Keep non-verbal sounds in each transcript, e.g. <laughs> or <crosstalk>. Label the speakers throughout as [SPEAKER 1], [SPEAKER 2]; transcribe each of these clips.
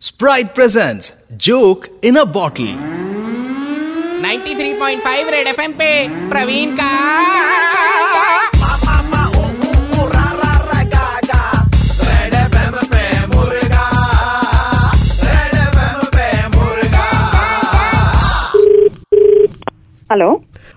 [SPEAKER 1] Sprite presents Joke in a Bottle.
[SPEAKER 2] 93.5 red FM पे प्रवीण का
[SPEAKER 3] Hello.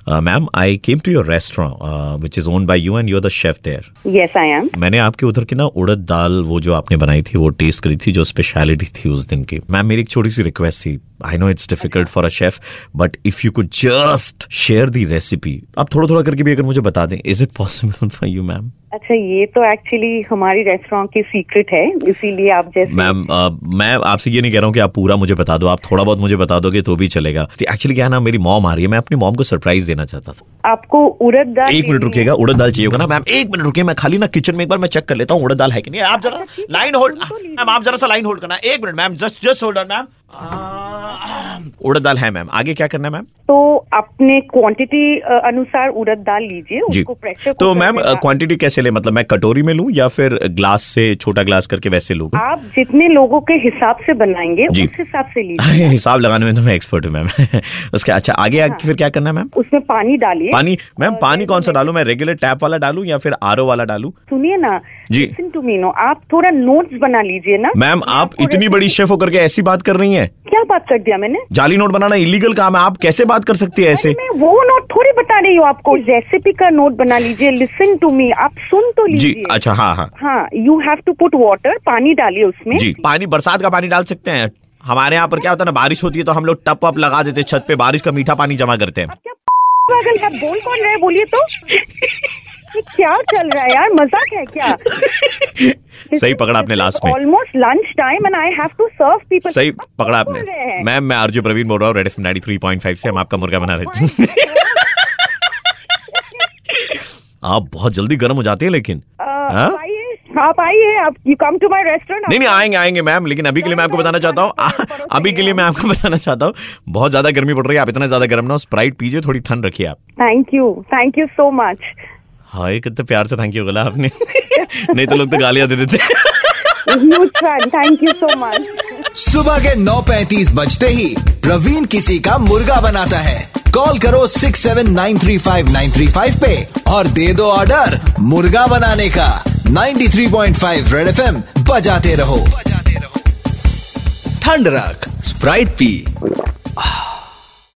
[SPEAKER 4] Uh, ma'am, I came to your restaurant, uh, which is owned by you, and you're the chef there.
[SPEAKER 3] Yes, I am.
[SPEAKER 4] मैंने आपके उधर की ना उड़द दाल वो जो आपने बनाई थी वो टेस्ट करी थी जो स्पेशलिटी थी उस दिन की मैम मेरी एक छोटी सी रिक्वेस्ट थी I know it's difficult for a chef but if you could just share the recipe आप थोड़ा थोड़ा करके भी अगर मुझे बता दें is it possible <laughs> for you ma'am
[SPEAKER 3] अच्छा ये तो एक्चुअली हमारी रेस्टोरेंट की सीक्रेट है इसीलिए आप जैसे
[SPEAKER 4] मैम अ, uh, मैं आपसे ये नहीं कह रहा हूँ कि आप पूरा मुझे बता दो आप थोड़ा बहुत मुझे बता दोगे तो भी चलेगा एक्चुअली क्या है ना मेरी मॉम आ रही है मैं अपनी मॉम को सरप्राइज देना चाहता था
[SPEAKER 3] आपको उड़द दाल
[SPEAKER 4] एक मिनट
[SPEAKER 3] लेनी है।
[SPEAKER 4] रुकिएगा उड़द दाल चाहिए होगा ना मैम एक मिनट रुकिए मैं खाली ना किचन में एक बार मैं चेक कर लेता हूँ उड़द दाल है कि नहीं आप जरा लाइन होल्ड मैम आप जरा सा लाइन होल्ड करना एक minute ma'am just just hold ma'am आ, उड़द दाल है मैम आगे क्या करना है मैम
[SPEAKER 3] तो अपने क्वांटिटी अनुसार उड़द दाल लीजिए उसको प्रेशर
[SPEAKER 4] तो मैम क्वांटिटी कैसे ले मतलब मैं कटोरी में लूँ या फिर ग्लास से छोटा ग्लास करके वैसे लूँ
[SPEAKER 3] आप जितने लोगों के हिसाब से बनाएंगे
[SPEAKER 4] जी।
[SPEAKER 3] उस हिसाब से लीजिए
[SPEAKER 4] <laughs> <laughs> अरे, हिसाब लगाने में तो मैं एक्सपर्ट हूँ मैम <laughs> उसके अच्छा आगे आगे फिर क्या करना है मैम
[SPEAKER 3] उसमें पानी डालिए
[SPEAKER 4] पानी मैम पानी कौन सा डालूं मैं रेगुलर टैप वाला डालूं या फिर आर वाला डालूं
[SPEAKER 3] सुनिए ना
[SPEAKER 4] जी।
[SPEAKER 3] टू मी नो आप थोड़ा नोट्स बना लीजिए ना
[SPEAKER 4] मैम आप
[SPEAKER 3] आपको
[SPEAKER 4] इतनी
[SPEAKER 3] recipe-
[SPEAKER 4] बड़ी शेफ होकर के ऐसी बात कर रही हैं
[SPEAKER 3] क्या बात कर दिया मैंने
[SPEAKER 4] जाली नोट बनाना इलीगल काम है आप कैसे बात कर सकती है ऐसे
[SPEAKER 3] मैं वो नोट थोड़ी बता रही हूँ आपको रेसिपी का नोट बना लीजिए लिसन टू मी आप सुन तो
[SPEAKER 4] जी
[SPEAKER 3] लीजिए
[SPEAKER 4] अच्छा हाँ हाँ
[SPEAKER 3] हाँ you have to put water पानी डालिए उसमें
[SPEAKER 4] जी पानी बरसात का पानी डाल सकते हैं हमारे यहाँ पर क्या होता है ना बारिश होती है तो हम लोग टप अप लगा देते हैं छत पे बारिश का मीठा पानी जमा करते हैं
[SPEAKER 3] क्या पागल का तो बोल कौन रहा है बोलिए तो ये क्या चल रहा है यार मजाक है क्या
[SPEAKER 4] <laughs> सही पकड़ा आपने लास्ट में
[SPEAKER 3] almost lunch time and I have to serve people
[SPEAKER 4] सही पकड़ा आपने मैम मैं आरजू प्रवीण बोल रहा हूँ red F ninety three point five से हम आपका मुर्गा बना रहे
[SPEAKER 3] Oh
[SPEAKER 4] थे <laughs> आप बहुत जल्दी गर्म हो जाते हैं लेकिन हाँ?
[SPEAKER 3] आप आइए आप you come to my restaurant
[SPEAKER 4] नहीं नहीं आएंगे आएंगे मैम लेकिन अभी के लिए मैं आपको बताना चाहता हूँ अभी के लिए मैं आपको बताना चाहता हूँ बहुत ज्यादा गर्मी पड़ रही है आप इतना ज्यादा गर्म ना हो स्प्राइट पीजिए थोड़ी ठंड रखिए आप
[SPEAKER 3] thank you thank you so much
[SPEAKER 4] हाय कितने प्यार से थैंक यू बोला आपने <laughs> नहीं तो लोग तो गालियां दे देते हैं।
[SPEAKER 3] Huge fan thank you so much
[SPEAKER 1] सुबह के 9:35 बजते ही प्रवीण किसी का मुर्गा बनाता है कॉल करो 6793593 पे और दे दो ऑर्डर मुर्गा बनाने का 93.5 रेड एफएम बजाते रहो ठंड रख स्प्राइट पी